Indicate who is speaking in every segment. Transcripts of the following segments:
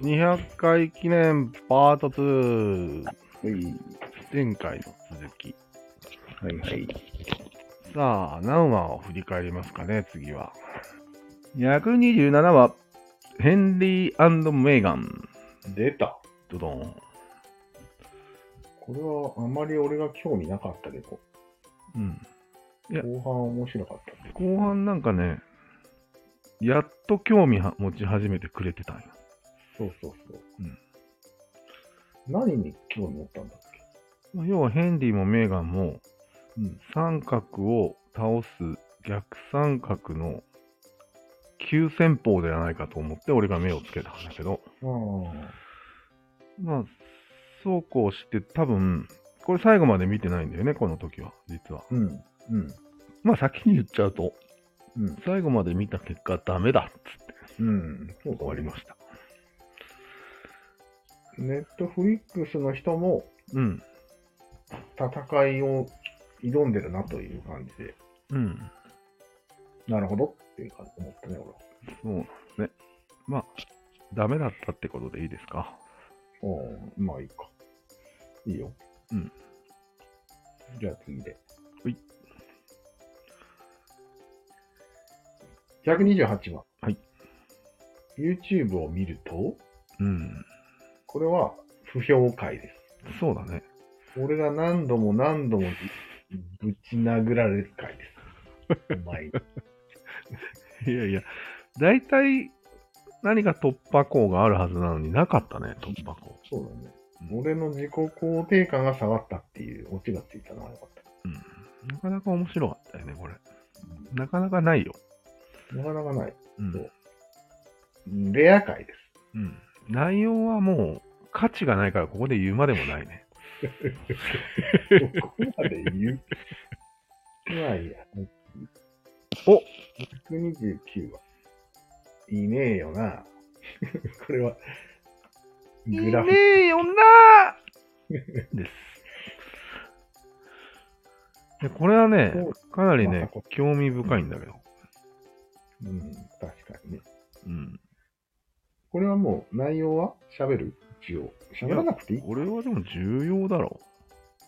Speaker 1: 200回記念パート2。
Speaker 2: はい。
Speaker 1: 前回の続き。
Speaker 2: はいはい。
Speaker 1: さあ、何話を振り返りますかね、次は。
Speaker 2: 127話、ヘンリーメーガン。
Speaker 3: 出た。
Speaker 1: ドドン。
Speaker 3: これはあまり俺が興味なかったけど、
Speaker 2: うん。や
Speaker 3: 後半面白かった。
Speaker 2: 後半なんかね、やっと興味は持ち始めてくれてたんよ。
Speaker 3: そうそうそう。
Speaker 2: うん
Speaker 3: 何に興味持ったんだっ
Speaker 2: まあ要はヘンリーもメーガンも、
Speaker 3: けうん。
Speaker 2: 三角を倒す逆三角の急戦法ではないかと思って俺が目をつけたんだけど、
Speaker 3: あ
Speaker 2: まあ、そうこうして多分、これ最後まで見てないんだよね、この時は、実は。
Speaker 3: あ。うん。うん。
Speaker 2: まあ先に言っちゃうと、
Speaker 3: うん。
Speaker 2: 最後まで見た結果ダメだっつって
Speaker 3: うん。そう
Speaker 2: 終わりま
Speaker 3: し
Speaker 2: した。
Speaker 3: た。ネットフリックスの人も
Speaker 2: うん。
Speaker 3: 戦いを挑んでるなという感じで、
Speaker 2: うん。
Speaker 3: なるほどっていう感じで思ったね、
Speaker 2: そうなんですね。まあ、ダメだったってことでいいですか。
Speaker 3: 俺は。うん。まあいいか。いいよ。
Speaker 2: うん。
Speaker 3: じゃあ次で。
Speaker 2: はい。
Speaker 3: 128番。
Speaker 2: はい。
Speaker 3: YouTube を見ると、
Speaker 2: うん。
Speaker 3: これは不評会です。
Speaker 2: そうだね。
Speaker 3: 俺が何度も何度もぶぶち殴られる回です。お前に。
Speaker 2: いやいや、大体何か突破口があるはずなのになかったね、突破口。
Speaker 3: そうだね。
Speaker 2: うん
Speaker 3: 俺の自己肯定感が下がったっていうオチがついたのはよかった。
Speaker 2: うん。なかなか面白かったよね、これ。なかなかないよ。
Speaker 3: なかなかない。
Speaker 2: うん。
Speaker 3: そうレア回です。
Speaker 2: うん、内容はもう価値がないから、ここで言うまでもないね。
Speaker 3: ここまで言う。まあいいや。
Speaker 2: お
Speaker 3: !129 は。いねえよな。 これは、グラフ
Speaker 2: いねえよなー です。でこれはね
Speaker 3: そう、
Speaker 2: かなり
Speaker 3: まさ
Speaker 2: ね
Speaker 3: か、
Speaker 2: 興味深いんだけど。
Speaker 3: うん、確かにね。
Speaker 2: うん。
Speaker 3: これはもう内容は喋る一応。喋らなくていい
Speaker 2: これはでも重要だろ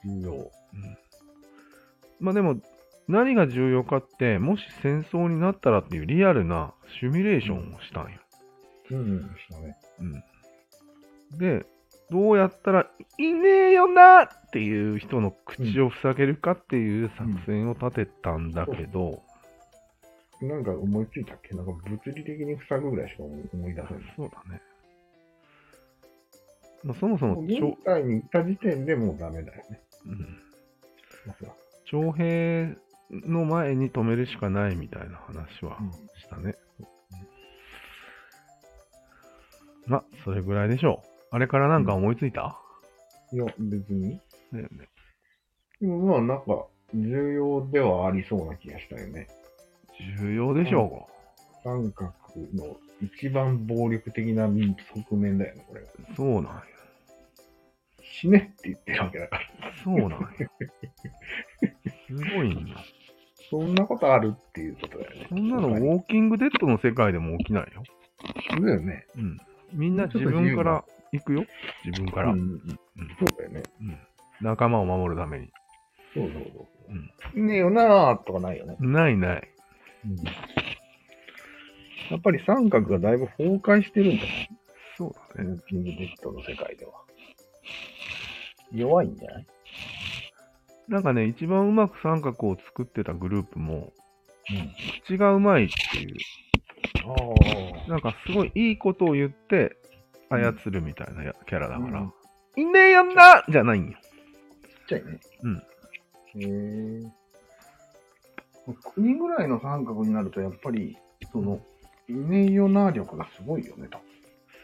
Speaker 3: 重要。
Speaker 2: う。まあでも、何が重要かって、もし戦争になったらっていうリアルなシミュレーションをしたんよ。
Speaker 3: うん、うん、したね。
Speaker 2: うん。で、どうやったら、いねえよなっていう人の口を塞げるかっていう作戦を立てたんだけど、
Speaker 3: なんか思いついたっけなんか物理的に塞ぐぐらいしか思い思い出せない。
Speaker 2: そうだね。まあ、そもそも
Speaker 3: 現
Speaker 2: 徴、
Speaker 3: 代に行った時点でもうダメだよね。
Speaker 2: うん、
Speaker 3: まずは
Speaker 2: 徴兵の前に止めるしかないみたいな話は
Speaker 3: うん
Speaker 2: したね。まあ、それぐらいでしょう。あれからなんか思いついた、
Speaker 3: いや、別に。
Speaker 2: だよね。
Speaker 3: でもまあなんか重要ではありそうな気がしたよね。
Speaker 2: 重要でしょ
Speaker 3: 三角の一番暴力的な民側面だよね、これが。
Speaker 2: う、そうなんよ。
Speaker 3: 死ねって言ってるわけだから。
Speaker 2: そうなんよ。すごいんよ。
Speaker 3: そんなことあるっていうことだよね。
Speaker 2: そんなのウ
Speaker 3: 他に
Speaker 2: ォーキングデッドの世界でも起きないよ。
Speaker 3: そうだよね。
Speaker 2: うん。みんな自分から行くよ。自分から
Speaker 3: う。ん、そうだよね。
Speaker 2: 仲間を守るために。
Speaker 3: そうそうそう。ねえよなーとかないよね。
Speaker 2: ないない。
Speaker 3: やっぱり三角がだいぶ崩壊してるんだよ。
Speaker 2: そうだ
Speaker 3: ウ
Speaker 2: ね。
Speaker 3: ォーキングデッドの世界では。弱いんじゃない
Speaker 2: なんかね、一番うまく三角を作ってたグループも、口がうまいっていう、
Speaker 3: うん。ああ。
Speaker 2: なんかすごいいいことを言って操るみたいなやキャラだから、
Speaker 3: うん
Speaker 2: いねえやんなじゃないんよ。
Speaker 3: ちっちゃいね。
Speaker 2: うん
Speaker 3: へえ。国ぐらいの三角になると、やっぱり、その、イネイオナー力がすごいよね、と。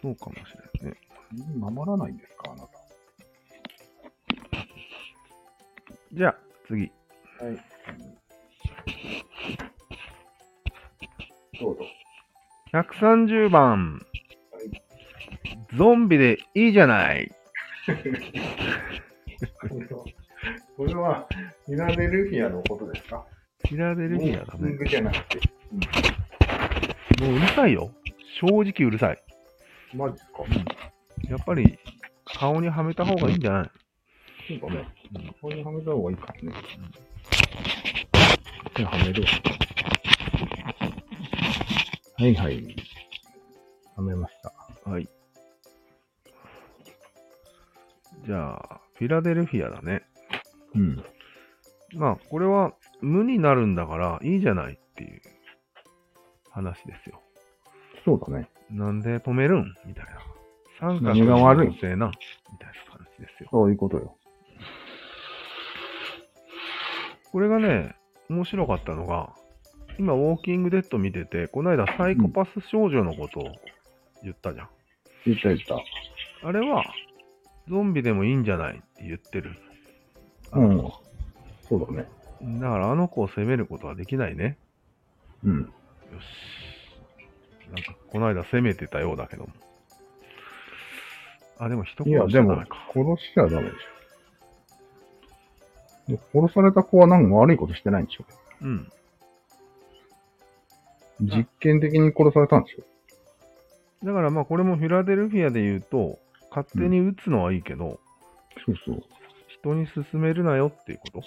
Speaker 2: そうかもしれないね。
Speaker 3: 守らないんですか、あなた。
Speaker 2: じゃあ、次。
Speaker 3: はい。どうぞ。
Speaker 2: 130番。
Speaker 3: はい
Speaker 2: ゾンビでいいじゃない。
Speaker 3: これは、これは、ミラデルフィアのことですか
Speaker 2: フィラデルフィアだ
Speaker 3: ウォーキン
Speaker 2: ね。
Speaker 3: グじゃなくて。
Speaker 2: もううるさいよ。正直うるさい。
Speaker 3: マジですか、
Speaker 2: やっぱり顔にはめた方がいいんじゃない
Speaker 3: そうかね。ここにはめた方がいいからね。手はめるわ。はいはい。はめました。
Speaker 2: はい。じゃあ、フィラデルフィアだね。
Speaker 3: うん。
Speaker 2: まあ、これは無になるんだからいいじゃないっていう話ですよ。
Speaker 3: そうだね。
Speaker 2: なんで止めるんみたいな。三角
Speaker 3: 何が悪い
Speaker 2: のせいな。みたいな話ですよ。
Speaker 3: そういうことよ。
Speaker 2: これがね、面白かったのが、今、ウォーキングデッド見てて、この間、サイコパス少女のことを言ったじゃん。
Speaker 3: 言った言った。
Speaker 2: あれは、ゾンビでもいいんじゃないって言ってる。
Speaker 3: うん。そうだね。
Speaker 2: だから、あの子を責めることはできないね。
Speaker 3: うん。
Speaker 2: よし。なんか、この間攻めてたようだけども。あ、でも人
Speaker 3: いや、
Speaker 2: 殺しち
Speaker 3: で
Speaker 2: ゃダ
Speaker 3: も
Speaker 2: メか。、
Speaker 3: 殺しちゃダメでしょ。で殺された子は何も悪いことしてないんでしょ。
Speaker 2: うん。
Speaker 3: 実験的に殺されたんでしょ。
Speaker 2: だからまあ、これもフィラデルフィアで言うと、勝手に撃つのはいいけど、
Speaker 3: そうそう。
Speaker 2: 人に勧めるなよっていうこと。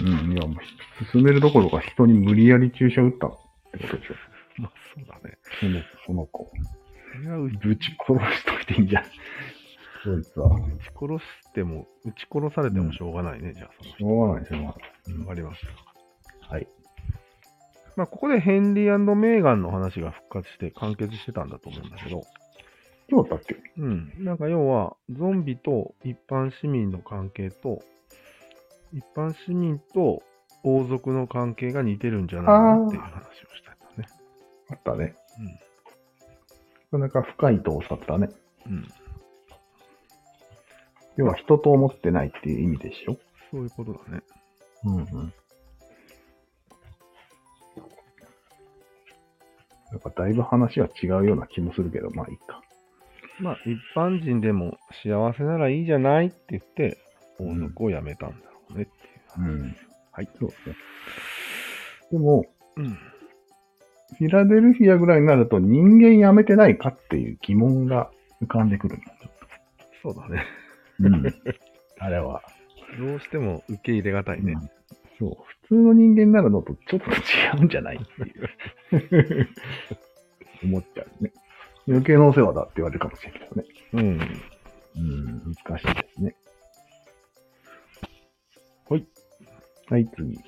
Speaker 3: うん。いや、もう、進めるどころか人に無理やり注射打ったってことでしょ。
Speaker 2: まあ、そうだね。
Speaker 3: その、その子。
Speaker 2: それは撃ち
Speaker 3: ぶち殺しといていいんじゃん。そいつは。
Speaker 2: 撃ち殺しても、撃ち殺されてもしょうがないね、じゃあ、その
Speaker 3: しょうがないでしょ。
Speaker 2: 人。わかりました。
Speaker 3: はい。
Speaker 2: まあ、ここでヘンリーメーガンの話が復活して完結してたんだと思うんだけど、
Speaker 3: 今日だっけ
Speaker 2: うん。なんか要は、ゾンビと一般市民の関係と、一般市民と王族の関係が似てるんじゃないかなっていう話をしたんだね。
Speaker 3: あったね。なかなか深い洞察だね。
Speaker 2: うん。うん。
Speaker 3: 要は人と思ってないっていう意味でしょ。
Speaker 2: そういうことだね。
Speaker 3: うんうん。なんかだいぶ話は違うような気もするけど、まあいいか。
Speaker 2: まあ、一般人でも幸せならいいじゃないって言って、王族を辞めたんだろうねっていう。
Speaker 3: ん。はい。そうですね。でも、
Speaker 2: うん。
Speaker 3: フィラデルフィアぐらいになると人間やめてないかっていう疑問が浮かんでくる
Speaker 2: そうだね。
Speaker 3: の。うん。 あれは。
Speaker 2: どうしても受け入れがたいね。
Speaker 3: そう。普通の人間になるのとちょっと違うんじゃないって いう。思っちゃうね。余計なお世話だって言われるかもしれないけどね。
Speaker 2: うん。
Speaker 3: うん、難しいですね。
Speaker 2: はい。
Speaker 3: はい、 次。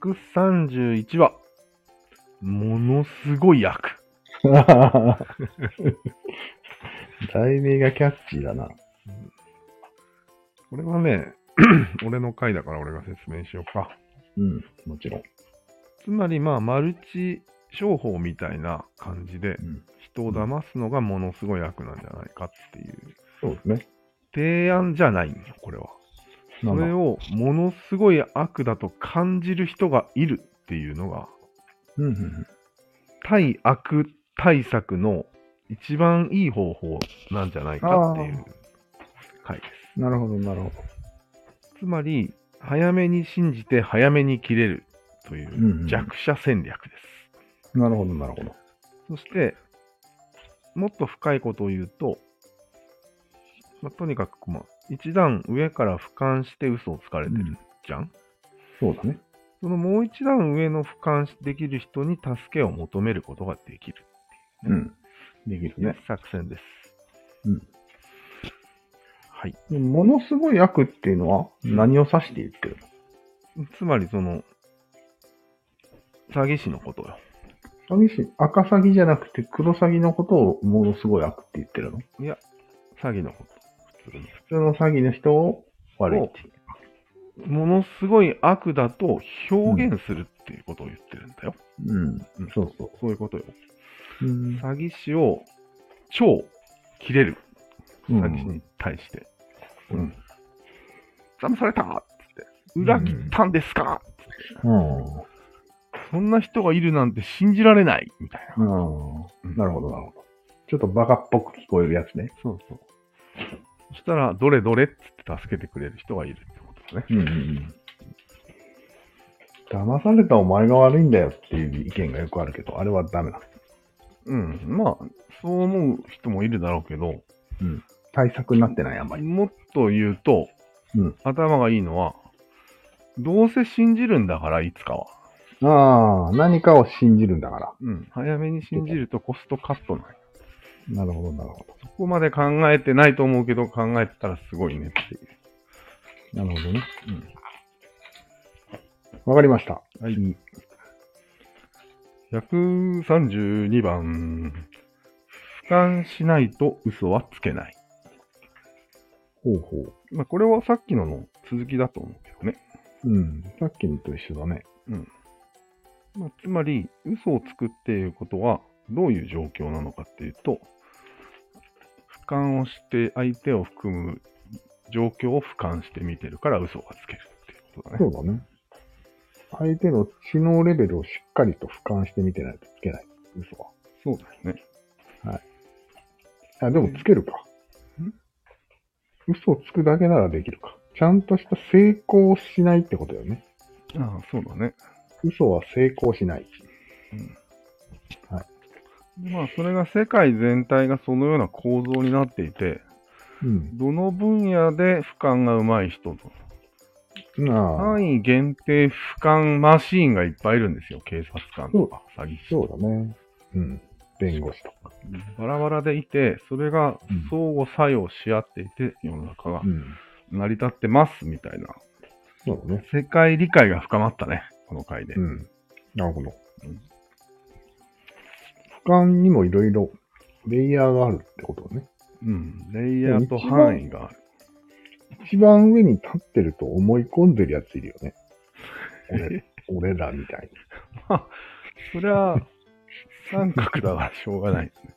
Speaker 2: 131話。ものすごい役。
Speaker 3: 題名がキャッチーだな。
Speaker 2: これはね、 俺の回だから俺が説明しようか。
Speaker 3: うん、もちろん。
Speaker 2: つまりまあ、マルチ商法みたいな感じで、
Speaker 3: うん、
Speaker 2: 人を騙すのがものすごい悪なんじゃないかっていう
Speaker 3: そうですね。
Speaker 2: 提案じゃないんよ、これは。そ
Speaker 3: なんだ
Speaker 2: れをものすごい悪だと感じる人がいるっていうのが、
Speaker 3: うんうんうん、
Speaker 2: 対悪対策の一番いい方法なんじゃないかっていう回です。
Speaker 3: なるほど、なるほど。
Speaker 2: つまり、早めに信じて早めに切れるとい
Speaker 3: んうん
Speaker 2: う弱者戦略です。
Speaker 3: なるほど、なるほど。
Speaker 2: そして、もっと深いことを言うと、まあ、とにかく、まあ、一段上から俯瞰して嘘をつかれてるじゃん、
Speaker 3: そうだね。
Speaker 2: そのもう一段上の俯瞰できる人に助けを求めることができる
Speaker 3: うん。でき
Speaker 2: と
Speaker 3: る
Speaker 2: いう
Speaker 3: ね。
Speaker 2: 作戦です。
Speaker 3: うん
Speaker 2: はい。
Speaker 3: でものすごい悪っていうのは何を指して言ってる
Speaker 2: つまり、その、詐欺師のことよ。
Speaker 3: の詐欺師、赤詐欺じゃなくて黒詐欺のことをものすごい悪って言ってるの
Speaker 2: 詐欺のこと。普通に。
Speaker 3: 普通の詐欺の人を悪いって言う
Speaker 2: ものすごい悪だと表現するっていうことを言ってるんだよ。
Speaker 3: うん、そうそ
Speaker 2: そういうことよ。
Speaker 3: う。うん
Speaker 2: 詐欺師を超切れる。
Speaker 3: うん
Speaker 2: 詐欺師に対して。
Speaker 3: うん。
Speaker 2: 騙されたっつって。裏切ったんですか、
Speaker 3: うん
Speaker 2: そんな人がいるなんて信じられないみたいな。
Speaker 3: うんなるほど、なるほど。ちょっとバカっぽく聞こえるやつね。
Speaker 2: そうそう。そしたら、どれどれっつって助けてくれる人がいるってことだね。
Speaker 3: うんうん。騙されたお前が悪いんだよっていう意見がよくあるけど、あれはダメだ。
Speaker 2: うん。まあ、そう思う人もいるだろうけど、
Speaker 3: 対策になってない、あんまり。
Speaker 2: もっと言うと、
Speaker 3: うん
Speaker 2: 頭がいいのは、どうせ信じるんだから、いつかは。
Speaker 3: ああ、何かを信じるんだから。
Speaker 2: うん。早めに信じるとコストカットない。
Speaker 3: なるほど、なるほ
Speaker 2: そこまで考えてないと思うけど、考えてたらすごいねっていう。
Speaker 3: ど。なるほどね。わかりました。
Speaker 2: はい
Speaker 3: 次。
Speaker 2: 132番。俯瞰しないと嘘はつけない。
Speaker 3: ほうほう。
Speaker 2: まあ、これはさっきのの続きだと思うけどね。
Speaker 3: うん。さっきのと一緒だね。
Speaker 2: まあ、つまり、嘘をつくっていうことは、どういう状況なのかっていうと、俯瞰をして、相手を含む状況を俯瞰して見てるから嘘がつけるっていうことだ
Speaker 3: そ
Speaker 2: ね。
Speaker 3: うだね。相手の知能レベルをしっかりと俯瞰してみてないとつけない。嘘は。
Speaker 2: そうだよね。
Speaker 3: あ、でもつけるか。嘘をつくだけならできるか。ちゃんとした成功をしないってことだよね。
Speaker 2: ああ、そうだね。
Speaker 3: 嘘は成功しない。
Speaker 2: でまあ、それが世界全体がそのような構造になっていて、
Speaker 3: うん。
Speaker 2: どの分野で俯瞰が上手い人と、
Speaker 3: なあ、
Speaker 2: 範囲限定俯瞰マシーンがいっぱいいるんですよ。警察官とか、詐欺師
Speaker 3: そう
Speaker 2: と
Speaker 3: だね。うん。弁護士と
Speaker 2: か。
Speaker 3: か。
Speaker 2: バラバラでいて、それが
Speaker 3: うん
Speaker 2: 相互作用し合っていて、世の中が
Speaker 3: うん。
Speaker 2: 成り立ってますみたいな。
Speaker 3: そうだね。
Speaker 2: 世界理解が深まったね、この回で。
Speaker 3: うん。なるほど
Speaker 2: うん。
Speaker 3: 俯瞰にもいろいろレイヤーがあるってことだね。
Speaker 2: うん。レイヤーと範囲がある。
Speaker 3: 一番上に立ってると思い込んでるやついるよ ね。俺俺らみたい
Speaker 2: そりゃ、三角だからしょうがないですね。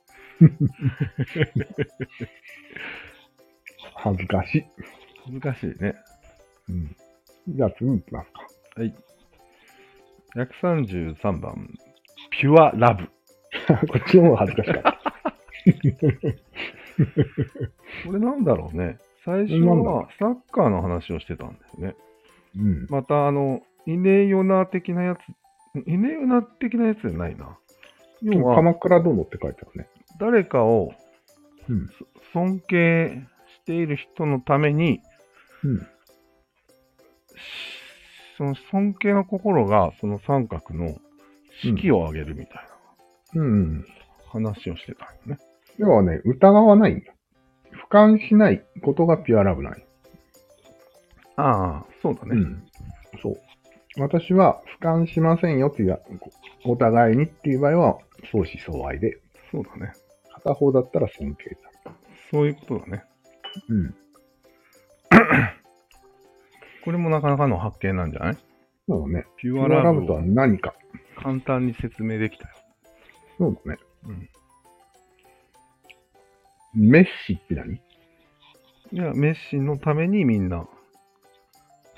Speaker 3: に。恥ずかしい。
Speaker 2: 難しいね。
Speaker 3: うん。じゃあ次行きますか。
Speaker 2: はい。133番、ピュアラブ。
Speaker 3: こっちの方が恥ずかしかっ
Speaker 2: これなんだろうね。最初
Speaker 3: なんだろ
Speaker 2: はサッカーの話をしてたんだよね。
Speaker 3: た。うん。
Speaker 2: また、あの、イネヨナ的なやつ、イネヨナ的なやつじゃないな。要は、
Speaker 3: 鎌倉殿って書いてあるね。
Speaker 2: 誰かを
Speaker 3: うん。
Speaker 2: そ尊敬している人のために、
Speaker 3: うん。
Speaker 2: しその尊敬の心が、その三角の式を上げるみたいな
Speaker 3: うん、うん。
Speaker 2: 話をしてたんよね。
Speaker 3: 要はね、疑わないんだ。俯瞰しないことがピュアラブなんよ
Speaker 2: ああ、そうだね。
Speaker 3: うん。そう。私は俯瞰しませんよっていうや、お互いにっていう場合は、相思相愛で、
Speaker 2: そうだね。
Speaker 3: 片方だったら尊敬だ。
Speaker 2: そういうことだね。
Speaker 3: うん。
Speaker 2: これもなかなかの発見なんじゃない
Speaker 3: そうだね。
Speaker 2: ピ
Speaker 3: ピ
Speaker 2: ュ
Speaker 3: ュ
Speaker 2: ア
Speaker 3: ア
Speaker 2: ラ
Speaker 3: ラ
Speaker 2: ブ
Speaker 3: ブと
Speaker 2: を
Speaker 3: は何か。
Speaker 2: 簡単に説明できたよ。
Speaker 3: そうだね。
Speaker 2: うん
Speaker 3: メッシって何
Speaker 2: いや、メッシのためにみんな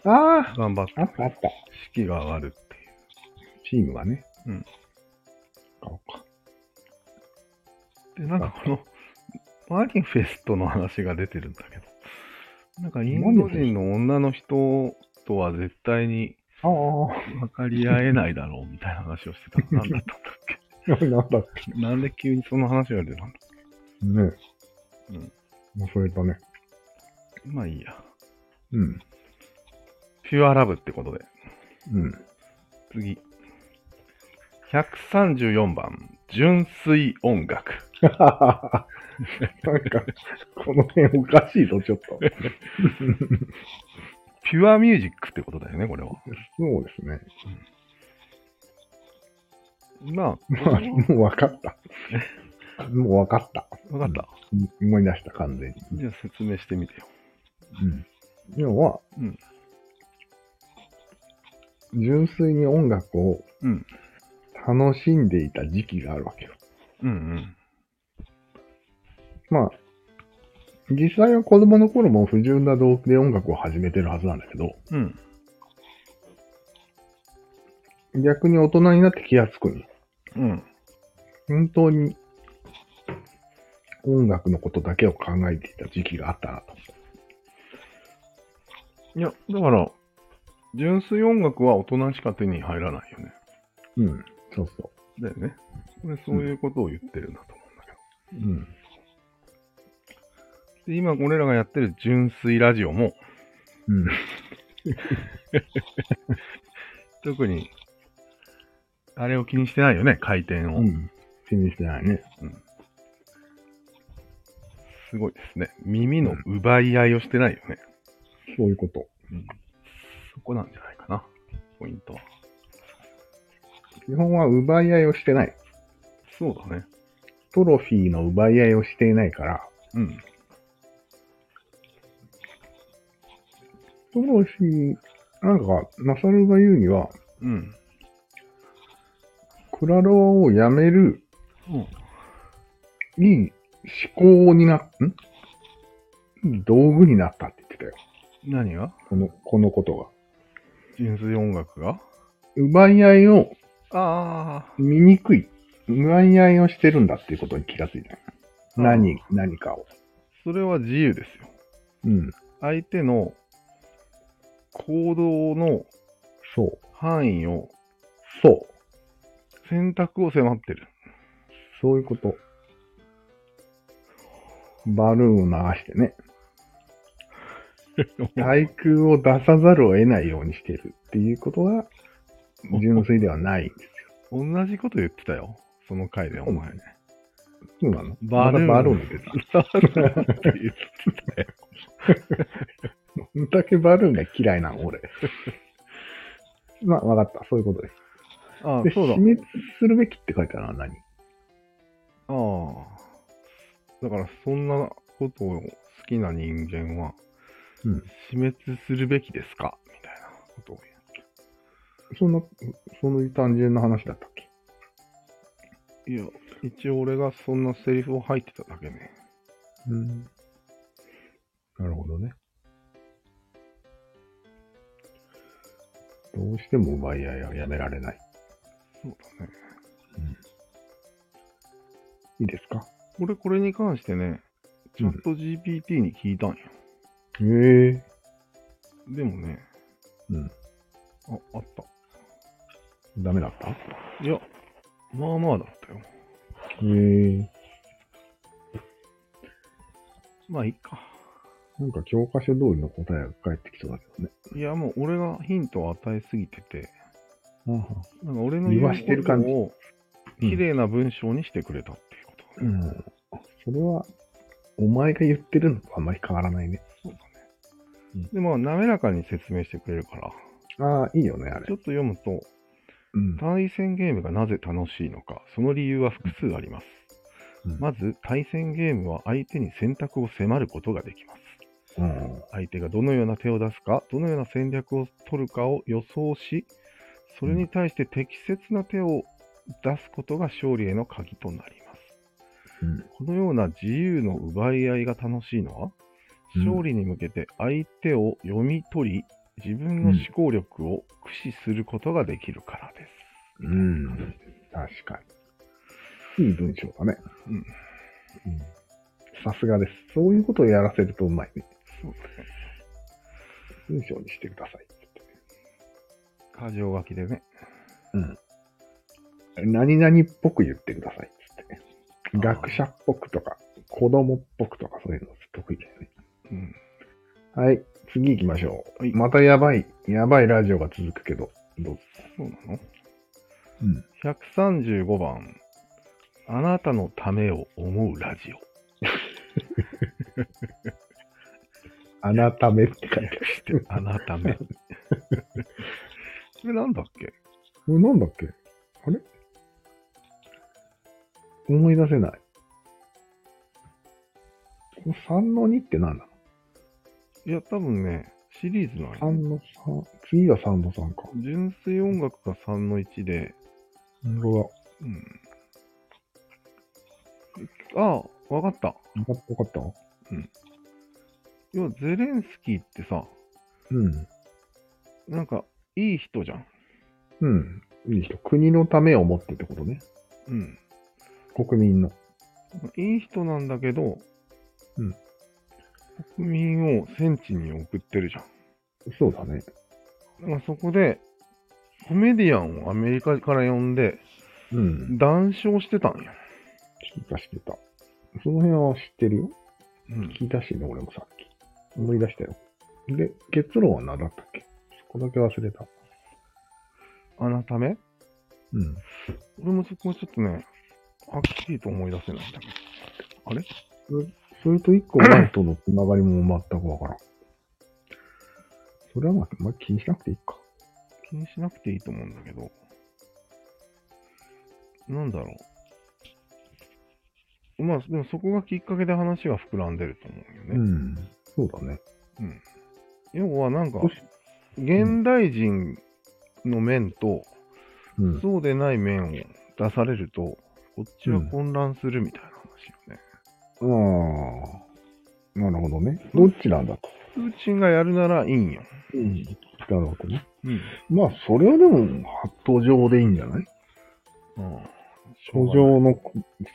Speaker 3: あ
Speaker 2: 頑張って
Speaker 3: ああったあった。
Speaker 2: 士気が上がるっていう。
Speaker 3: チームがね。
Speaker 2: うん。
Speaker 3: 買おうか。
Speaker 2: で、なんかこの、マニフェストの話が出てるんだけど、なんかインド人の女の人とは絶対に
Speaker 3: ああ
Speaker 2: 分かり合えないだろうみたいな話をして た。なんだったんだっ
Speaker 3: ー、 なんだっけ。
Speaker 2: けなんで急にその話が出たんだ
Speaker 3: ね
Speaker 2: う
Speaker 3: え。
Speaker 2: ん。
Speaker 3: 忘れたね。
Speaker 2: まあいいや。
Speaker 3: うん。
Speaker 2: ピュアラブってことで。
Speaker 3: うん。
Speaker 2: 次。134番、純粋音楽。
Speaker 3: なんか、この辺おかしいぞ、ちょっと。そう
Speaker 2: ピュアミュージックってことだよね、これは。
Speaker 3: ですね。
Speaker 2: まあ、
Speaker 3: まあ、もう分かった。もう分かった。
Speaker 2: わかった。
Speaker 3: うん思い出した、完全に。
Speaker 2: じゃあ説明してみてよ。
Speaker 3: うん。要は、
Speaker 2: うん
Speaker 3: 純粋に音楽を
Speaker 2: うん
Speaker 3: 楽しんでいた時期があるわけよ。
Speaker 2: うん
Speaker 3: まあ、実際は子供の頃も不純な動機で音楽を始めてるはずなんだけど、
Speaker 2: うん。うん。
Speaker 3: 逆に大人になって気がつくに、
Speaker 2: うん。
Speaker 3: 本当に音楽のことだけを考えていた時期があったなと。
Speaker 2: いや、だから、純粋音楽は大人しか手に入らないよね。
Speaker 3: うん、そうそ
Speaker 2: だよね。これそういうことを言ってるんだと思うんだけど。
Speaker 3: う
Speaker 2: で、
Speaker 3: ん。
Speaker 2: 今、俺らがやってる純粋ラジオも、
Speaker 3: うん。
Speaker 2: 特に、あれを気にしてないよね、回転を。
Speaker 3: うん。気にしてないね。
Speaker 2: すごいですね。耳の奪い合いをしてないよね。
Speaker 3: そういうこと。
Speaker 2: そこなんじゃないかな、ポイントは。
Speaker 3: 基本は奪い合いをしてない。
Speaker 2: そうだね。
Speaker 3: トロフィーの奪い合いをしていないから、
Speaker 2: うん。
Speaker 3: トロフィー、なんか、ナサルが言うには、
Speaker 2: うん。
Speaker 3: クラロワをやめる
Speaker 2: うん
Speaker 3: いい思考になっ、んいい道具になったって言ってたよ。
Speaker 2: 何が
Speaker 3: この、このことが。
Speaker 2: 純粋音楽が
Speaker 3: 奪い合いを
Speaker 2: ああ。
Speaker 3: 見にくい。奪い合いをしてるんだっていうことに気がついた。何、何かを。
Speaker 2: それは自由ですよ。
Speaker 3: うん。
Speaker 2: 相手の行動の
Speaker 3: そう。
Speaker 2: 範囲を
Speaker 3: そう。
Speaker 2: 選択を迫ってる。
Speaker 3: そういうこと。バルーンを流してね。対空を出さざるを得ないようにしてるっていうことが純粋ではないんで
Speaker 2: 同じこと言ってたよ。その回でお前。
Speaker 3: す。そうなの
Speaker 2: バルーン
Speaker 3: またバルーン出てた。どんだけバルーンが嫌いなの俺。まあ、わかった。そういうことです。
Speaker 2: ああ
Speaker 3: で、、
Speaker 2: そうだ
Speaker 3: 死。滅するべきって書いてあるのは何
Speaker 2: ああ。だから、そんなことを好きな人間は、
Speaker 3: うん
Speaker 2: 死滅するべきですかみたいなことを言う。
Speaker 3: そんな、その単純な話だったっけ
Speaker 2: いや、一応俺がそんなセリフを吐いてただけね。
Speaker 3: うん。なるほどね。どうしても奪い合いはやめられない。
Speaker 2: そうだね。
Speaker 3: いいですか
Speaker 2: 俺これに関してね、チャット GPT に聞いたんよ。
Speaker 3: ええ
Speaker 2: でもね、
Speaker 3: うん。
Speaker 2: あ、あった。
Speaker 3: ダメだったえ
Speaker 2: いや、まあまあだったよ。
Speaker 3: え
Speaker 2: まあいいか。
Speaker 3: なんか教科書通りの答えが返ってきそうだけどね。
Speaker 2: いや、もう俺がヒントを与えすぎてて、
Speaker 3: あ
Speaker 2: なんか俺の
Speaker 3: 言わしてる感じ
Speaker 2: 言うことを綺麗な文章にしてくれたっていうことだね、
Speaker 3: うん。それは、お前が言ってるのとあんまり変わらないね。
Speaker 2: そうだね。で、まあ、滑らかに説明してくれるから、
Speaker 3: ああ、いいよね、あ
Speaker 2: ちょ
Speaker 3: れ。
Speaker 2: っと読むと、
Speaker 3: うん。
Speaker 2: 対戦ゲームがなぜ楽しいのか、その理由は複数あります。
Speaker 3: うん
Speaker 2: まず、対戦ゲームは相手に選択を迫ることができます。
Speaker 3: うん。
Speaker 2: 相手がどのような手を出すか、どのような戦略を取るかを予想し、それに対して適切な手を出すことが勝利への鍵となります。
Speaker 3: うん
Speaker 2: このような自由の奪い合いが楽しいのは、
Speaker 3: うん
Speaker 2: 勝利に向けて相手を読み取り、自分の思考力を駆使することができるからです。
Speaker 3: うん。確かに。いい文章だね。
Speaker 2: うん
Speaker 3: うん。さすがです。そういうことをやらせるとうまいね。
Speaker 2: そうだね。
Speaker 3: 文章にしてくださいって
Speaker 2: 過剰書きでね。
Speaker 3: 言って。何々っぽく言ってくださいって
Speaker 2: あ
Speaker 3: 言
Speaker 2: ー
Speaker 3: って。学者っぽくとか、子供っぽくとかそういうの得意だよね。
Speaker 2: うん。
Speaker 3: はい。次行きましょう。
Speaker 2: はい
Speaker 3: またやばい、やばいラジオが続くけど、どうぞ。
Speaker 2: そうなの
Speaker 3: うん。
Speaker 2: 135番、あなたのためを思うラジオ。
Speaker 3: 改めって書いてある。
Speaker 2: あなた め。これなんだっけ
Speaker 3: これなんだっけあれ思い出せない。この3の2って何ない
Speaker 2: や、多分ね、シリーズな
Speaker 3: の ?3
Speaker 2: のよ。
Speaker 3: の3。次が3の3か。
Speaker 2: 純粋音楽が3の1で、
Speaker 3: なるほ
Speaker 2: うん。ああ、わかった。
Speaker 3: ど。わかったわ。
Speaker 2: 要はゼレンスキーってさ、
Speaker 3: うん。
Speaker 2: なんか、いい人じゃん。
Speaker 3: うん。いい人。国のためを思ってってことね。
Speaker 2: うん。
Speaker 3: 国民の。
Speaker 2: いい人なんだけど、
Speaker 3: うん。
Speaker 2: 国民を戦地に送ってるじゃん。
Speaker 3: そうだね。
Speaker 2: だからそこで、コメディアンをアメリカから呼んで、
Speaker 3: うん。
Speaker 2: 談笑してたんや。
Speaker 3: 聞いた、知ってた。その辺は知ってるよ。
Speaker 2: うん。
Speaker 3: 聞いたしね、俺もさっき。思い出したよ。で、結論は何だったっけそこだけ忘れた。
Speaker 2: 改め
Speaker 3: うん。
Speaker 2: 俺もそこはちょっとね、はっきりと思い出せないんだけど。
Speaker 3: それと一個前とのつながりも全くわからん。それはまあ、まあ、気にしなくていいか。
Speaker 2: 気にしなくていいと思うんだけど。なんだろう。まあ、でもそこがきっかけで話が膨らんでると思うよね。
Speaker 3: うん。そうだね。
Speaker 2: 要はなんか
Speaker 3: 少し、
Speaker 2: 現代人の面と、
Speaker 3: うん。
Speaker 2: そうでない面を出されると、こっちは混乱するみたいな話よね。
Speaker 3: ああ。なるほどね。どっちなんだと。
Speaker 2: プーチンがやるならいいんよ。
Speaker 3: うん。なるほどね。
Speaker 2: うん。
Speaker 3: まあ、それはでも、途上でいいんじゃない
Speaker 2: あ
Speaker 3: 途上の、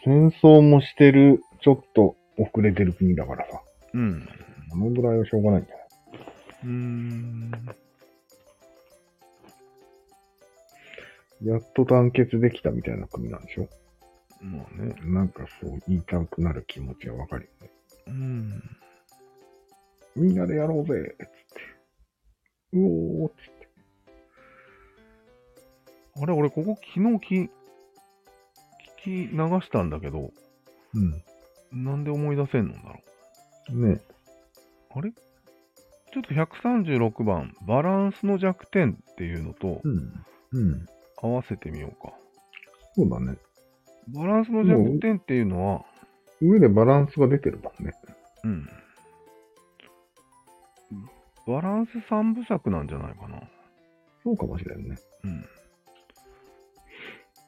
Speaker 3: 戦争もしてる、ちょっと遅れてる国だからさ。
Speaker 2: うん。
Speaker 3: あのぐらいはしょうがないんじゃないう
Speaker 2: ーん。
Speaker 3: やっと団結できたみたいな国なんでしょ
Speaker 2: まあね。
Speaker 3: なんかそう言いたくなる気持ちはわかるよね。
Speaker 2: うん。
Speaker 3: みんなでやろうぜつって。うおーっつって。
Speaker 2: あれ、俺、ここ昨日き聞き流したんだけど、なんで思い出せんのだろ
Speaker 3: うん。ね
Speaker 2: う。あれちょっと136番、バランスの弱点っていうのと
Speaker 3: うん。うん。
Speaker 2: 合わせてみようか。
Speaker 3: そうだね。
Speaker 2: バランスの弱点っていうのは、
Speaker 3: 上でバランスが出てるもんね。
Speaker 2: うん。バランス三部作なんじゃないかな。
Speaker 3: そうかもしれんね。
Speaker 2: うん。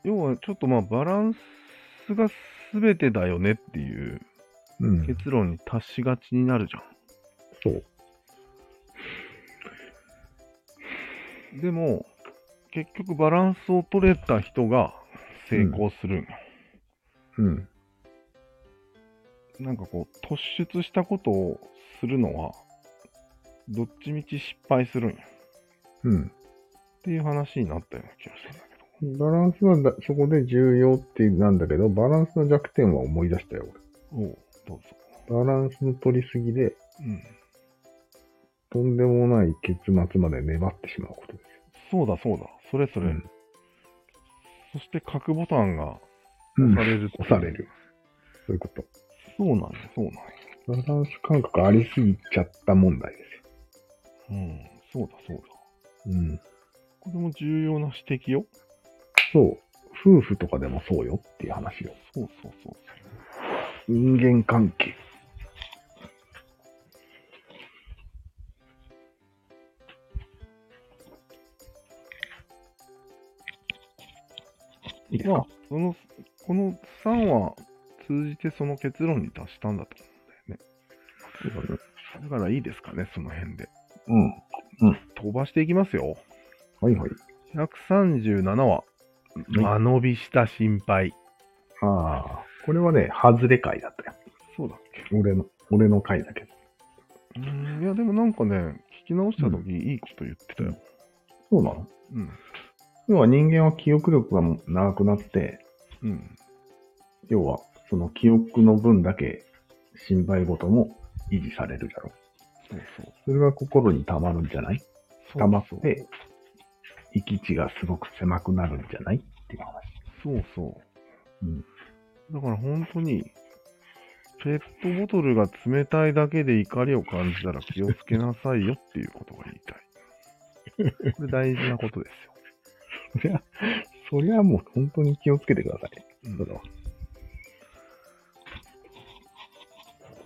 Speaker 2: 要は、ちょっとまあ、バランスが全てだよねっていう
Speaker 3: うん
Speaker 2: 結論に達しがちになるじゃん。
Speaker 3: そう。
Speaker 2: でも、結局バランスを取れた人が成功するんよ、
Speaker 3: うん。
Speaker 2: なんかこう、突出したことをするのは、どっちみち失敗するんよ。
Speaker 3: うん。
Speaker 2: っていう話になったような気がするんだけど。
Speaker 3: バランスはだそこで重要ってなんだけど、バランスの弱点は思い出したよ、
Speaker 2: おう、どうぞ。
Speaker 3: 俺。バランスの取りすぎで、
Speaker 2: うん。
Speaker 3: とんでもない結末まで粘ってしまうことです
Speaker 2: そうだそうだ。それそれ。
Speaker 3: うん
Speaker 2: そして、核ボタンが
Speaker 3: よ。
Speaker 2: 押される、
Speaker 3: 押され。る。そういうこと。
Speaker 2: そうなんだ、そうなんだ。
Speaker 3: バランス感覚ありすぎちゃった問題で
Speaker 2: うん、そうだそうだ。
Speaker 3: すよ。うん。
Speaker 2: これも重要な指摘よ。
Speaker 3: そう。夫婦とかでもそうよっていう話よ。
Speaker 2: そうそうそう
Speaker 3: 人間関係。いいです
Speaker 2: まあ
Speaker 3: か、
Speaker 2: その、この3話通じてその結論に達したんだと思うんだよね。だからいいですかね、その辺で。
Speaker 3: うん。
Speaker 2: 飛ばしていきますよ。
Speaker 3: はいはい。
Speaker 2: 137話。間延びした心配。
Speaker 3: ああ。これはね、外れ回だったよ。
Speaker 2: そうだっ
Speaker 3: 俺の、俺の回だけど。
Speaker 2: けうん、いや、でもなんかね、聞き直した時、いいこと言ってたよ。
Speaker 3: そうなの
Speaker 2: うん。
Speaker 3: 要は人間は記憶力が長くなって、
Speaker 2: うん。
Speaker 3: 要はその記憶の分だけ心配事も維持されるだろう。
Speaker 2: そうそう。
Speaker 3: それが心に溜まるんじゃない
Speaker 2: そう
Speaker 3: 溜まっ
Speaker 2: そう
Speaker 3: て、行き地がすごく狭くなるんじゃないっていう話。
Speaker 2: そうそう。
Speaker 3: うん
Speaker 2: だから本当に、ペットボトルが冷たいだけで怒りを感じたら気をつけなさいよっていうことが言い たい。これ大事なことですよ。
Speaker 3: そりゃ、そりゃもう本当に気をつけてください。
Speaker 2: うん
Speaker 3: それは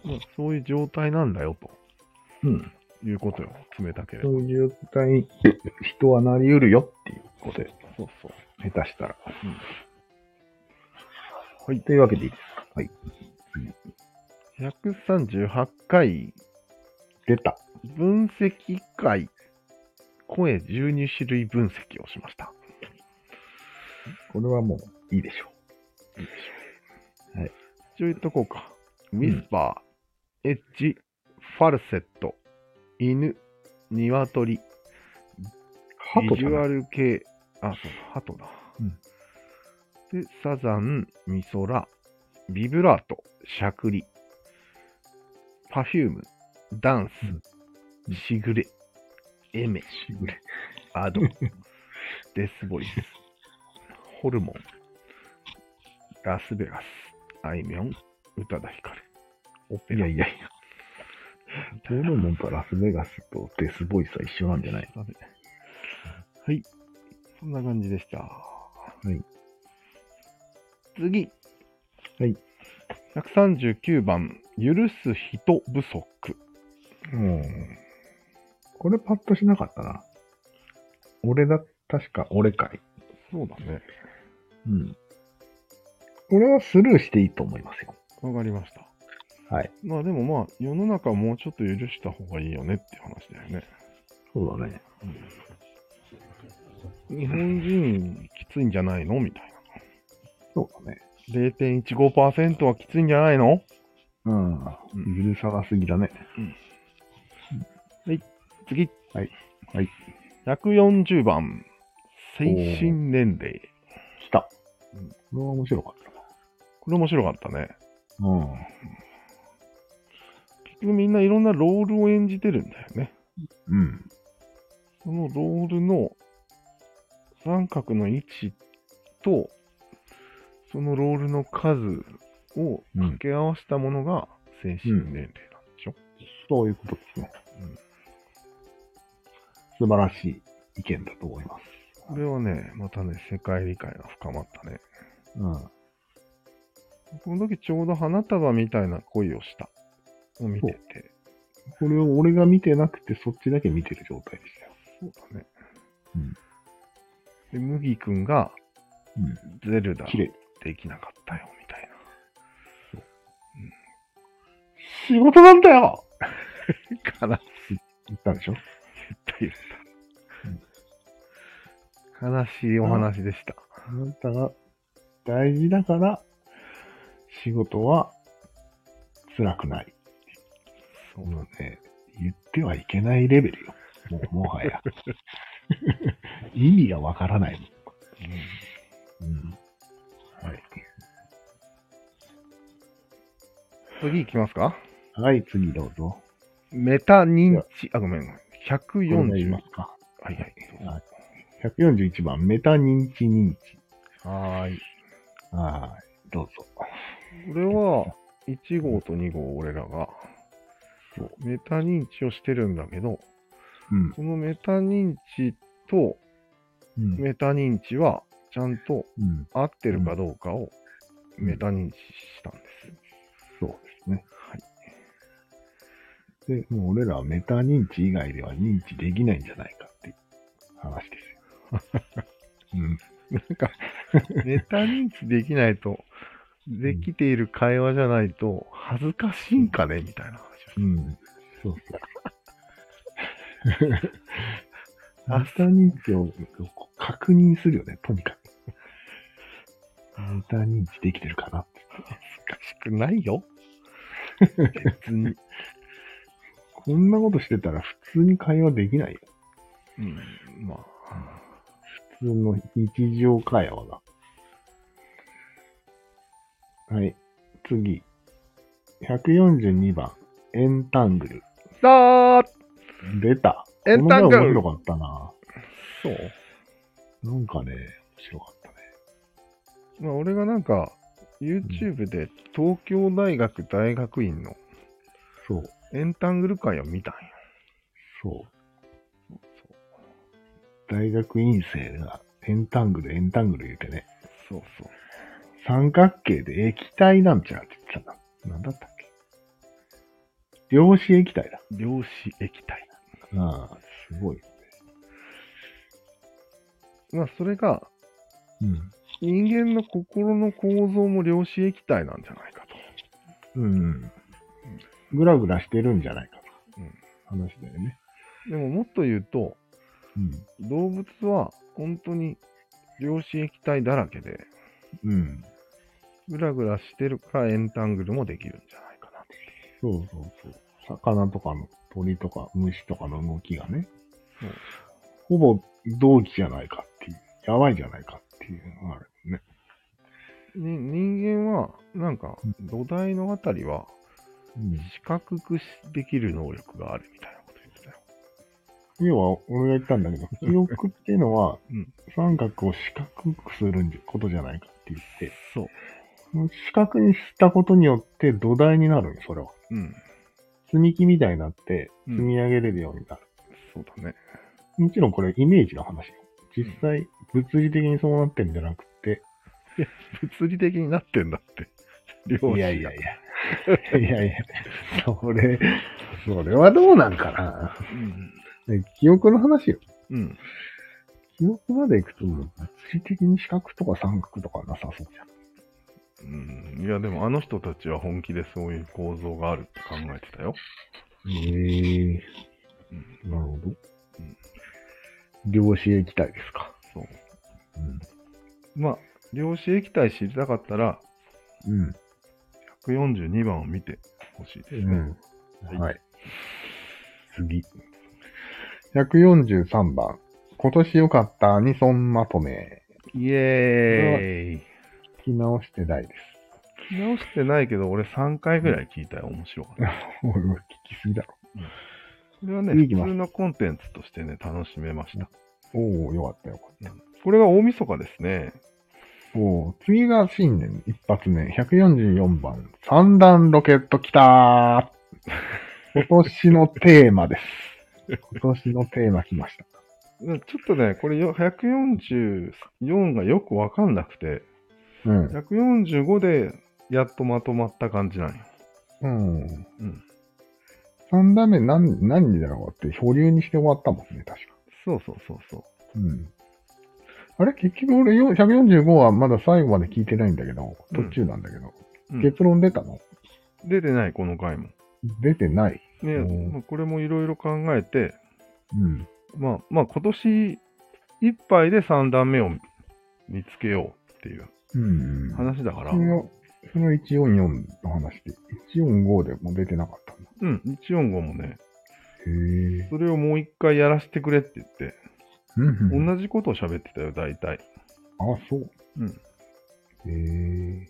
Speaker 2: まあそういう状態なんだよと
Speaker 3: うん。
Speaker 2: いうことよ。冷たけれ
Speaker 3: そ
Speaker 2: ば。
Speaker 3: ういう状態に、人はなり得るよっていうことで、
Speaker 2: そうそう。
Speaker 3: 下手したら。
Speaker 2: うん
Speaker 3: はい。というわけでいいです。
Speaker 2: 138回、
Speaker 3: 出た。
Speaker 2: 分析会、声12種類分析をしました。
Speaker 3: これはもういいでしょ
Speaker 2: 一応言っとこうか。ウィスパー、エッジ、ファルセット、犬、鶏、ビ
Speaker 3: う。ハト
Speaker 2: ジ
Speaker 3: じゃ
Speaker 2: ュ
Speaker 3: な
Speaker 2: ア
Speaker 3: い
Speaker 2: ル系、あ、そうだ、ハトだ。
Speaker 3: うん
Speaker 2: で、サザン、ミソラ、ビブラート、しゃくり、パフューム、ダンス、しぐれ、エメ、
Speaker 3: しぐれ。
Speaker 2: ア ド、デスボイス、ホルモン、ラスベガス、あいみょん、宇多田ヒカル、オペ
Speaker 3: い
Speaker 2: ラ
Speaker 3: や。いやいや。ホルモンとラスベガスとデスボイスは一緒なんじゃない。
Speaker 2: ダメはい。そんな感じでした。はい次。
Speaker 3: はい。
Speaker 2: 139番、許す人不足。
Speaker 3: うん。これパッとしなかったな。俺だ、確か俺かい。
Speaker 2: そうだね。
Speaker 3: うん。俺はスルーしていいと思いますよ。
Speaker 2: わかりました。
Speaker 3: はい。
Speaker 2: まあでもまあ、世の中もうちょっと許した方がいいよねっていう話だよね。
Speaker 3: そうだね。
Speaker 2: 日本人きついんじゃないのみたい
Speaker 3: そうだね。
Speaker 2: な。0.15%はきついんじゃないの
Speaker 3: うん。許さなすぎだね。
Speaker 2: 次。
Speaker 3: はい。はい。
Speaker 2: 140番、精神年齢。
Speaker 3: 来た。これは面白かったな
Speaker 2: これ面白かったね。。
Speaker 3: うん。
Speaker 2: 結局みんないろんなロールを演じてるんだよね。
Speaker 3: うん。
Speaker 2: そのロールの三角の位置と、そのロールの数を
Speaker 3: うん
Speaker 2: 掛け合わせたものが精神年齢なんでしょ、
Speaker 3: そういうことですね。
Speaker 2: うん
Speaker 3: 素晴らしい意見だと思います。
Speaker 2: これはね、またね、世界理解が深まったね。
Speaker 3: うん。
Speaker 2: この時ちょうど花束みたいな恋をした。を見てて。
Speaker 3: これを俺が見てなくて、そっちだけ見てる状態でしたよ。
Speaker 2: そうだね。で、
Speaker 3: うん
Speaker 2: 麦君が
Speaker 3: う
Speaker 2: ゼルダ
Speaker 3: 綺麗。
Speaker 2: できなかったよ、みたいな。
Speaker 3: 仕事なんだよ
Speaker 2: 悲
Speaker 3: 言ったでしょ
Speaker 2: しい悲しいお話でした。
Speaker 3: あなたが大事だから、仕事は辛くない。
Speaker 2: そう
Speaker 3: もうね、言ってはいけないレベルよ。もう、もはや。 意味がわからないもん。うん。はい。
Speaker 2: 次行きますか。
Speaker 3: はい、次どうぞ。
Speaker 2: メタ認知、あ、ごめんごめん。140。
Speaker 3: ま
Speaker 2: は
Speaker 3: すか。
Speaker 2: いはい。
Speaker 3: はい141番、メタ認知認知。
Speaker 2: はーい。
Speaker 3: はーい、どうぞ。
Speaker 2: これは、1号と2号、俺らが、メタ認知をしてるんだけど、
Speaker 3: うん。
Speaker 2: そのメタ認知と
Speaker 3: うん。
Speaker 2: メタ認知は、ちゃんと
Speaker 3: うん。
Speaker 2: 合ってるかどうかをメタ認知したんです。
Speaker 3: そうですね。はい。で、もう俺らはメタ認知以外では認知できないんじゃないかっていう話です よ。うん。
Speaker 2: なんか、 ネタ認知できないと、できている会話じゃないと、恥ずかしいんかねみたいな話をし
Speaker 3: うん。そうそう。メタ認知を確認するよね、とにかく。メタ認知できてるかなって。
Speaker 2: て恥ずかしくない よ。別に。
Speaker 3: こんなことしてたら普通に会話できないよ。
Speaker 2: うん、まあ、
Speaker 3: 普通の日常会話が。はい。次。142番。エンタングル。
Speaker 2: さあ
Speaker 3: 出た。
Speaker 2: エンタングル
Speaker 3: この回面白かったな。
Speaker 2: そう。
Speaker 3: なんかね、面白かったね。
Speaker 2: まあ、俺がなんか、YouTube で東京大学大学院の
Speaker 3: そう、
Speaker 2: エンタングル会を見たんよ。
Speaker 3: そう。
Speaker 2: そう
Speaker 3: 大学院生がエンタングル、エンタングル言うてね。
Speaker 2: そうそう。
Speaker 3: 三角形で液体なんちゃらって言ってたな。なんだったっけ量子液体だ。
Speaker 2: 量子液体。
Speaker 3: ああ、すごいよね。
Speaker 2: まあ、それが、
Speaker 3: うん。
Speaker 2: 人間の心の構造も量子液体なんじゃないかと。
Speaker 3: うん。ぐらぐらしてるんじゃないかと。
Speaker 2: うん
Speaker 3: 話だよね。
Speaker 2: でももっと言うと、
Speaker 3: うん。
Speaker 2: 動物は本当に量子液体だらけで、
Speaker 3: うん。
Speaker 2: ぐらぐらしてるからエンタングルもできるんじゃないかなって。
Speaker 3: そうそうそう。魚とかの鳥とか虫とかの動きがね、
Speaker 2: うん
Speaker 3: ほぼ同期じゃないかっていう、やばいじゃないかっていうのがあるね。
Speaker 2: に人間は、なんか、土台のあたりは、視覚くしできる能力があるみたいなこと言ってたよ。
Speaker 3: 要は、俺が言ったんだけ ど、記憶っていうのは、
Speaker 2: うん
Speaker 3: 三角を四角くするんじことじゃないかって言って、
Speaker 2: そう。
Speaker 3: その四角にしたことによって土台になるよ、それは。
Speaker 2: うん。
Speaker 3: 積み木みたいになって、
Speaker 2: う
Speaker 3: 積
Speaker 2: ん
Speaker 3: み上げれるようになる。
Speaker 2: そうだね。
Speaker 3: もちろんこれイメージの話よ。実際、物理的にそうなってるんじゃなくて、
Speaker 2: 物理的になってんだ って。両親が。
Speaker 3: いやいやいや。 いやいや、それ、それはどうなんかな。
Speaker 2: うん。
Speaker 3: ね記憶の話よ。
Speaker 2: うん。
Speaker 3: 記憶までいくと、もう物理的に四角とか三角とかなさそうじゃん。
Speaker 2: うん、いや、でもあの人たちは本気でそういう構造があるって考えてたよ。
Speaker 3: へえ
Speaker 2: うん、
Speaker 3: なるほど
Speaker 2: うん。
Speaker 3: 量子液体ですか。
Speaker 2: そう。
Speaker 3: うん。
Speaker 2: まあ、量子液体知りたかったら、
Speaker 3: うん。
Speaker 2: 142番を見てほしいですね。
Speaker 3: うん。はい。次。143番。今年良かったアニソンまとめ。
Speaker 2: イエーイ
Speaker 3: 聞き直してないです。
Speaker 2: 聞き直してないけど、俺3回ぐらい聞いたよ。面白かった。
Speaker 3: 俺は聞きすぎだろ。
Speaker 2: これはね、
Speaker 3: 次行き
Speaker 2: 普
Speaker 3: ます
Speaker 2: 通のコンテンツとしてね、楽しめました。
Speaker 3: おお、よかったよかっ
Speaker 2: これが大晦日ですね。
Speaker 3: た。おお、次が新年一発目。144番。三段ロケット来たー今年のテーマです。今年のテーマ来ました。
Speaker 2: ちょっとね、これよ144がよくわかんなくて、
Speaker 3: うん。
Speaker 2: 145でやっとまとまった感じなんよ。
Speaker 3: うん。
Speaker 2: うん。
Speaker 3: 三段目何、何だろうって保留にして終わったもんね、確か。
Speaker 2: そうそうそうそう。
Speaker 3: うん。あれ結局俺よ145はまだ最後まで聞いてないんだけど、
Speaker 2: うん
Speaker 3: 途中なんだけど、
Speaker 2: うん
Speaker 3: 結論出たの
Speaker 2: 出てない、この回も。
Speaker 3: 出てない。
Speaker 2: ね、
Speaker 3: おー
Speaker 2: まあこれもいろいろ考えて、
Speaker 3: うん。
Speaker 2: まあ、まあ今年いっぱいで3段目を見つけようっていう
Speaker 3: うん。
Speaker 2: 話だから、
Speaker 3: それはそれは144の話で、145でも出てなかったんだ。
Speaker 2: うん、145もね、
Speaker 3: へえ。
Speaker 2: それをもう一回やらせてくれって言って、
Speaker 3: うんうん。
Speaker 2: 同じことを喋ってたよ、大体。
Speaker 3: あ、そう。
Speaker 2: うん。
Speaker 3: へえ。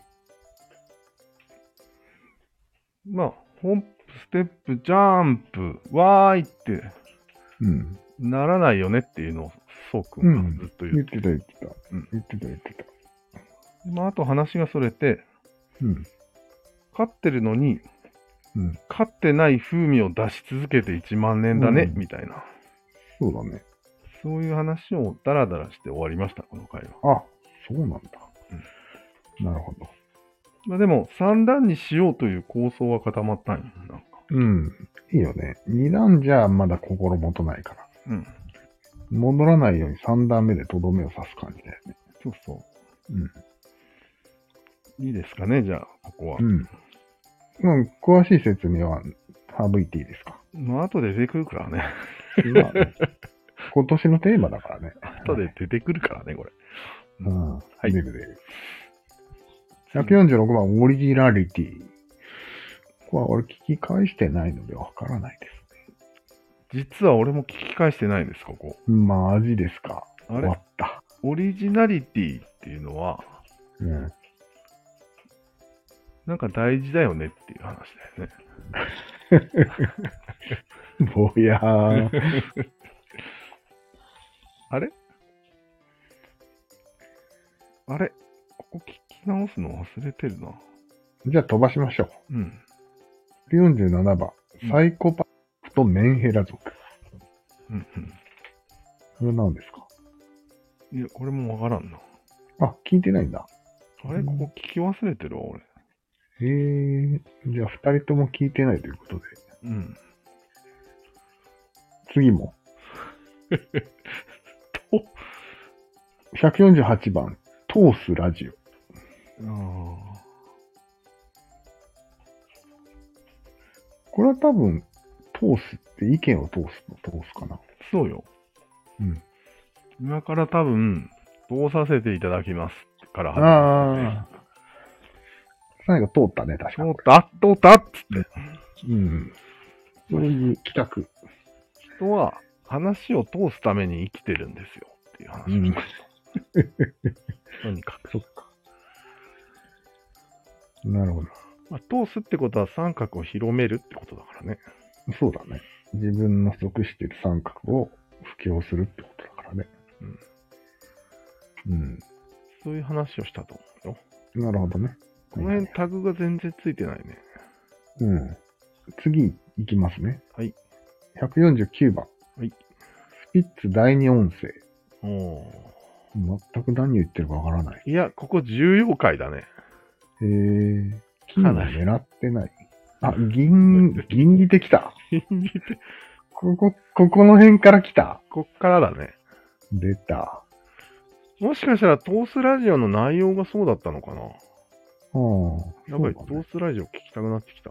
Speaker 2: まあ、ホンプ、ステップ、ジャンプ、わーいって
Speaker 3: うん。
Speaker 2: ならないよねっていうのを、そうくんがずっと言
Speaker 3: 言
Speaker 2: う。
Speaker 3: ってた言ってた。
Speaker 2: うん
Speaker 3: 言ってた言ってた。
Speaker 2: まあ、あと話がそれて、
Speaker 3: うん。
Speaker 2: 勝ってるのに、
Speaker 3: うん。
Speaker 2: 勝ってない風味を出し続けて1万年だね、
Speaker 3: うん
Speaker 2: みたいな。
Speaker 3: そうだね。
Speaker 2: そういう話をダラダラして終わりました、この回は。
Speaker 3: あ、そうなんだ。なるほど。
Speaker 2: まあでも、3段にしようという構想は固まったんよ。なんか。
Speaker 3: うん。いいよね。二段じゃまだ心もとないから。
Speaker 2: うん。
Speaker 3: 戻らないように3段目でとどめを刺す感じだよね。
Speaker 2: そうそう。いいですかね、じゃあ、ここは。
Speaker 3: うん。うん。まあ、詳しい説明は省いていいですか。
Speaker 2: まあ、後で出てくるからね。
Speaker 3: まあね今年のテーマだからね。
Speaker 2: 後で出てくるからね、これ。
Speaker 3: うん。はい出る出る。146番、オリジナリティ。これは俺聞き返してないのでわからないで
Speaker 2: 実は俺も聞き返してないんです、ここ。
Speaker 3: す。マジですか。
Speaker 2: あ
Speaker 3: 終わ
Speaker 2: れ
Speaker 3: った。
Speaker 2: オリジナリティっていうのは、
Speaker 3: うん。
Speaker 2: なんか大事だよねっていう話だよね。
Speaker 3: ぼや ー。
Speaker 2: あれここ聞き直すの忘れてるな。
Speaker 3: じゃあ飛ばしましょ
Speaker 2: うん。
Speaker 3: う。47番
Speaker 2: うん、
Speaker 3: サイコパクとメンヘラ族。
Speaker 2: うん
Speaker 3: これ何ですか
Speaker 2: うん。いや、これもわからんな。
Speaker 3: あ、聞いてないんだ。
Speaker 2: あれここ聞き忘れてるわ、俺。
Speaker 3: へえ、じゃあ二人とも聞いてないということで。
Speaker 2: うん。
Speaker 3: 次も。
Speaker 2: と
Speaker 3: 148番、通すラジオ。
Speaker 2: ああ。
Speaker 3: これは多分、通すって意見を通すの通すかな。
Speaker 2: そうよ。
Speaker 3: うん。
Speaker 2: 今から多分、通させていただきます。から
Speaker 3: ああ
Speaker 2: あ。
Speaker 3: 最後通ったね、確
Speaker 2: 通
Speaker 3: か
Speaker 2: っ。た通ったっつって。
Speaker 3: うん。そういう企
Speaker 2: 人は話を通すために生きてるんですよ。っていう話をした、とにかく。
Speaker 3: そっか。画。なるほど。
Speaker 2: まあ、通すってことは三角を広めるってことだからね。
Speaker 3: そうだね。自分の属している三角を布教するってことだからね。うん。
Speaker 2: そういう話をしたと思うよ。
Speaker 3: うん。なるほどね。
Speaker 2: この辺タグが全然ついてないね。
Speaker 3: うん。次いきますね。
Speaker 2: はい。
Speaker 3: 149番。
Speaker 2: はい。
Speaker 3: スピッツ第二音声。
Speaker 2: おお
Speaker 3: 全く何言ってるかわからない。
Speaker 2: ー。いや、ここ重要回だね。
Speaker 3: へえ。金
Speaker 2: か
Speaker 3: を
Speaker 2: なり
Speaker 3: 狙っ てない。あ、銀、銀利できた。ここ、ここの辺から来た。
Speaker 2: こっからだね。
Speaker 3: 出た。
Speaker 2: もしかしたらトースラジオの内容がそうだったのかな。
Speaker 3: はあ。
Speaker 2: やばい、
Speaker 3: そ
Speaker 2: ト
Speaker 3: うだね
Speaker 2: ースラジオ聞きたくなってきた。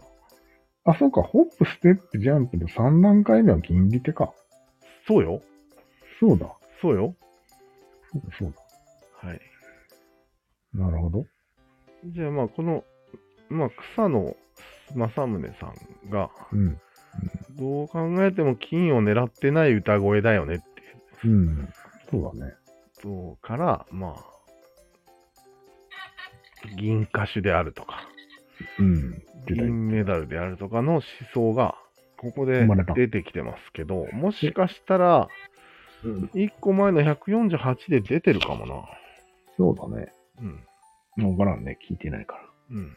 Speaker 3: あ、そうか。ホップ、ステップ、ジャンプの3段階目は銀利手か。
Speaker 2: そうよ。
Speaker 3: そうだ。
Speaker 2: そうよ。
Speaker 3: そうだ、そう
Speaker 2: はい。
Speaker 3: だ。なるほど。
Speaker 2: じゃあまあ、この、まあ、草野正宗さんが、
Speaker 3: うん。
Speaker 2: どう考えても金を狙ってない歌声だよねっていう
Speaker 3: うん。そうだね。
Speaker 2: とから、まあ、銀歌手であるとか、
Speaker 3: うん。出た
Speaker 2: 銀メダルであるとかの思想が、ここで
Speaker 3: 生まれた
Speaker 2: 出てきてますけど、もしかしたら、1個前の148で出てるかもな。
Speaker 3: そうだね。
Speaker 2: うん。
Speaker 3: わからんね。聞いてないから。
Speaker 2: うん。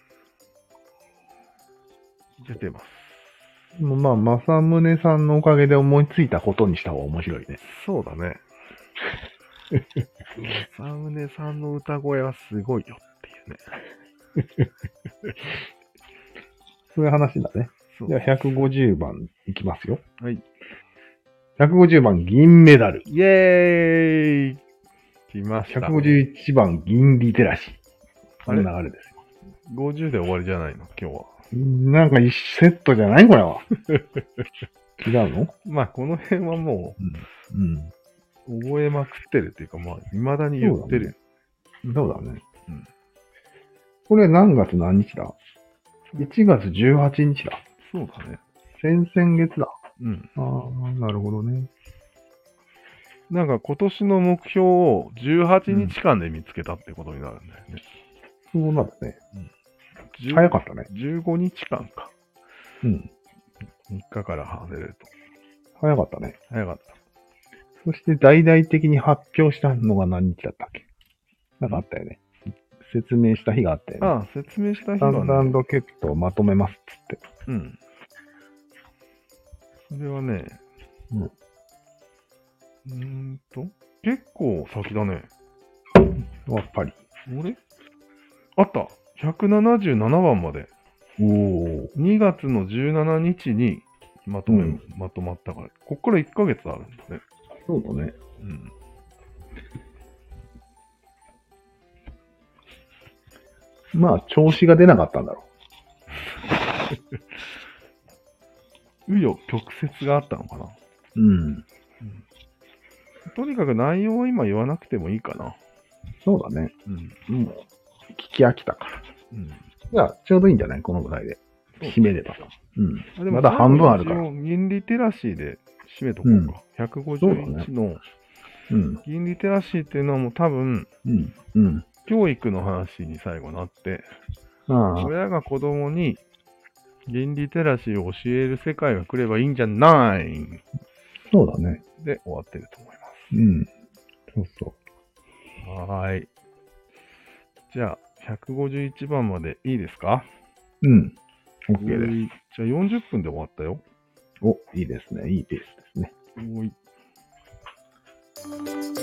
Speaker 2: 出てます。
Speaker 3: もうまあ、正宗さんのおかげで思いついたことにした方が面白いね。
Speaker 2: そうだ ね。サムネさんの歌声はすごいよっていうね。
Speaker 3: そういう話だね。
Speaker 2: そう
Speaker 3: じゃあ150番いきますよ。
Speaker 2: はい。
Speaker 3: 150番銀メダル。
Speaker 2: イエーイ来ました。
Speaker 3: 151番銀リテラシー。
Speaker 2: あ
Speaker 3: あ
Speaker 2: れ
Speaker 3: れ流れです。
Speaker 2: 50で終わりじゃないの、今日は。
Speaker 3: なんか一セットじゃないこれ は。違うの
Speaker 2: まあ、この辺はも
Speaker 3: うん。
Speaker 2: う、覚えまくってるっていうか、まあ、未だに言ってる。
Speaker 3: そうだね。
Speaker 2: うん
Speaker 3: これ何月何日だ ?1 月18日だ。
Speaker 2: そうだね。
Speaker 3: 先々月だ。
Speaker 2: うん。
Speaker 3: ああ、なるほどね。
Speaker 2: なんか今年の目標を18日間で見つけたってことになるんだよね。
Speaker 3: そうなるね。
Speaker 2: 10
Speaker 3: 早かったね。
Speaker 2: 15日間か。
Speaker 3: うん。
Speaker 2: 3日から外れると。
Speaker 3: 早かったね。
Speaker 2: 早かった。
Speaker 3: そして大々的に発表したのが何日だったっけなんかあったよね。説明した日があったよね。
Speaker 2: ああ、説明した日
Speaker 3: スタ
Speaker 2: は、
Speaker 3: ンダードケットをまとめますっつって。
Speaker 2: うん。それはね、
Speaker 3: うん
Speaker 2: うーんと、結構先だね。
Speaker 3: やっぱり。
Speaker 2: あれあった !177 番まで。
Speaker 3: おお。
Speaker 2: 2月の17日にまとめ、
Speaker 3: うん
Speaker 2: まとまったから。こっから1ヶ月あるんだね。
Speaker 3: そうだね。
Speaker 2: うん。
Speaker 3: まあ、調子が出なかったんだろ
Speaker 2: 紆余曲折があったのかな。
Speaker 3: う。うん。
Speaker 2: とにかく内容は今言わなくてもいいかな。
Speaker 3: そうだね。
Speaker 2: うん。
Speaker 3: もう、聞き飽きたから。
Speaker 2: うん。
Speaker 3: じゃあ、ちょうどいいんじゃないこのぐらいで。
Speaker 2: そう
Speaker 3: 締めればさ。うん。
Speaker 2: あで
Speaker 3: まだ半分あるから
Speaker 2: 一応銀リテラシーで締めとこうか。151の
Speaker 3: うん。
Speaker 2: 銀リテラシーっていうのはもう多分、
Speaker 3: うん。うん。
Speaker 2: 教育の話に最後なって、
Speaker 3: ああ、
Speaker 2: 親が子供に銀リテラシーを教える世界が来ればいいんじゃない
Speaker 3: そうだね。
Speaker 2: で終わってると思いま
Speaker 3: うん。そうそ
Speaker 2: す。はーい。じゃあ、151番までいいですか
Speaker 3: う。うん。
Speaker 2: じゃ
Speaker 3: OK で
Speaker 2: あ
Speaker 3: す。
Speaker 2: 40分で終わったよ。
Speaker 3: お、いいですね。いいペースですね。
Speaker 2: おい。
Speaker 4: 「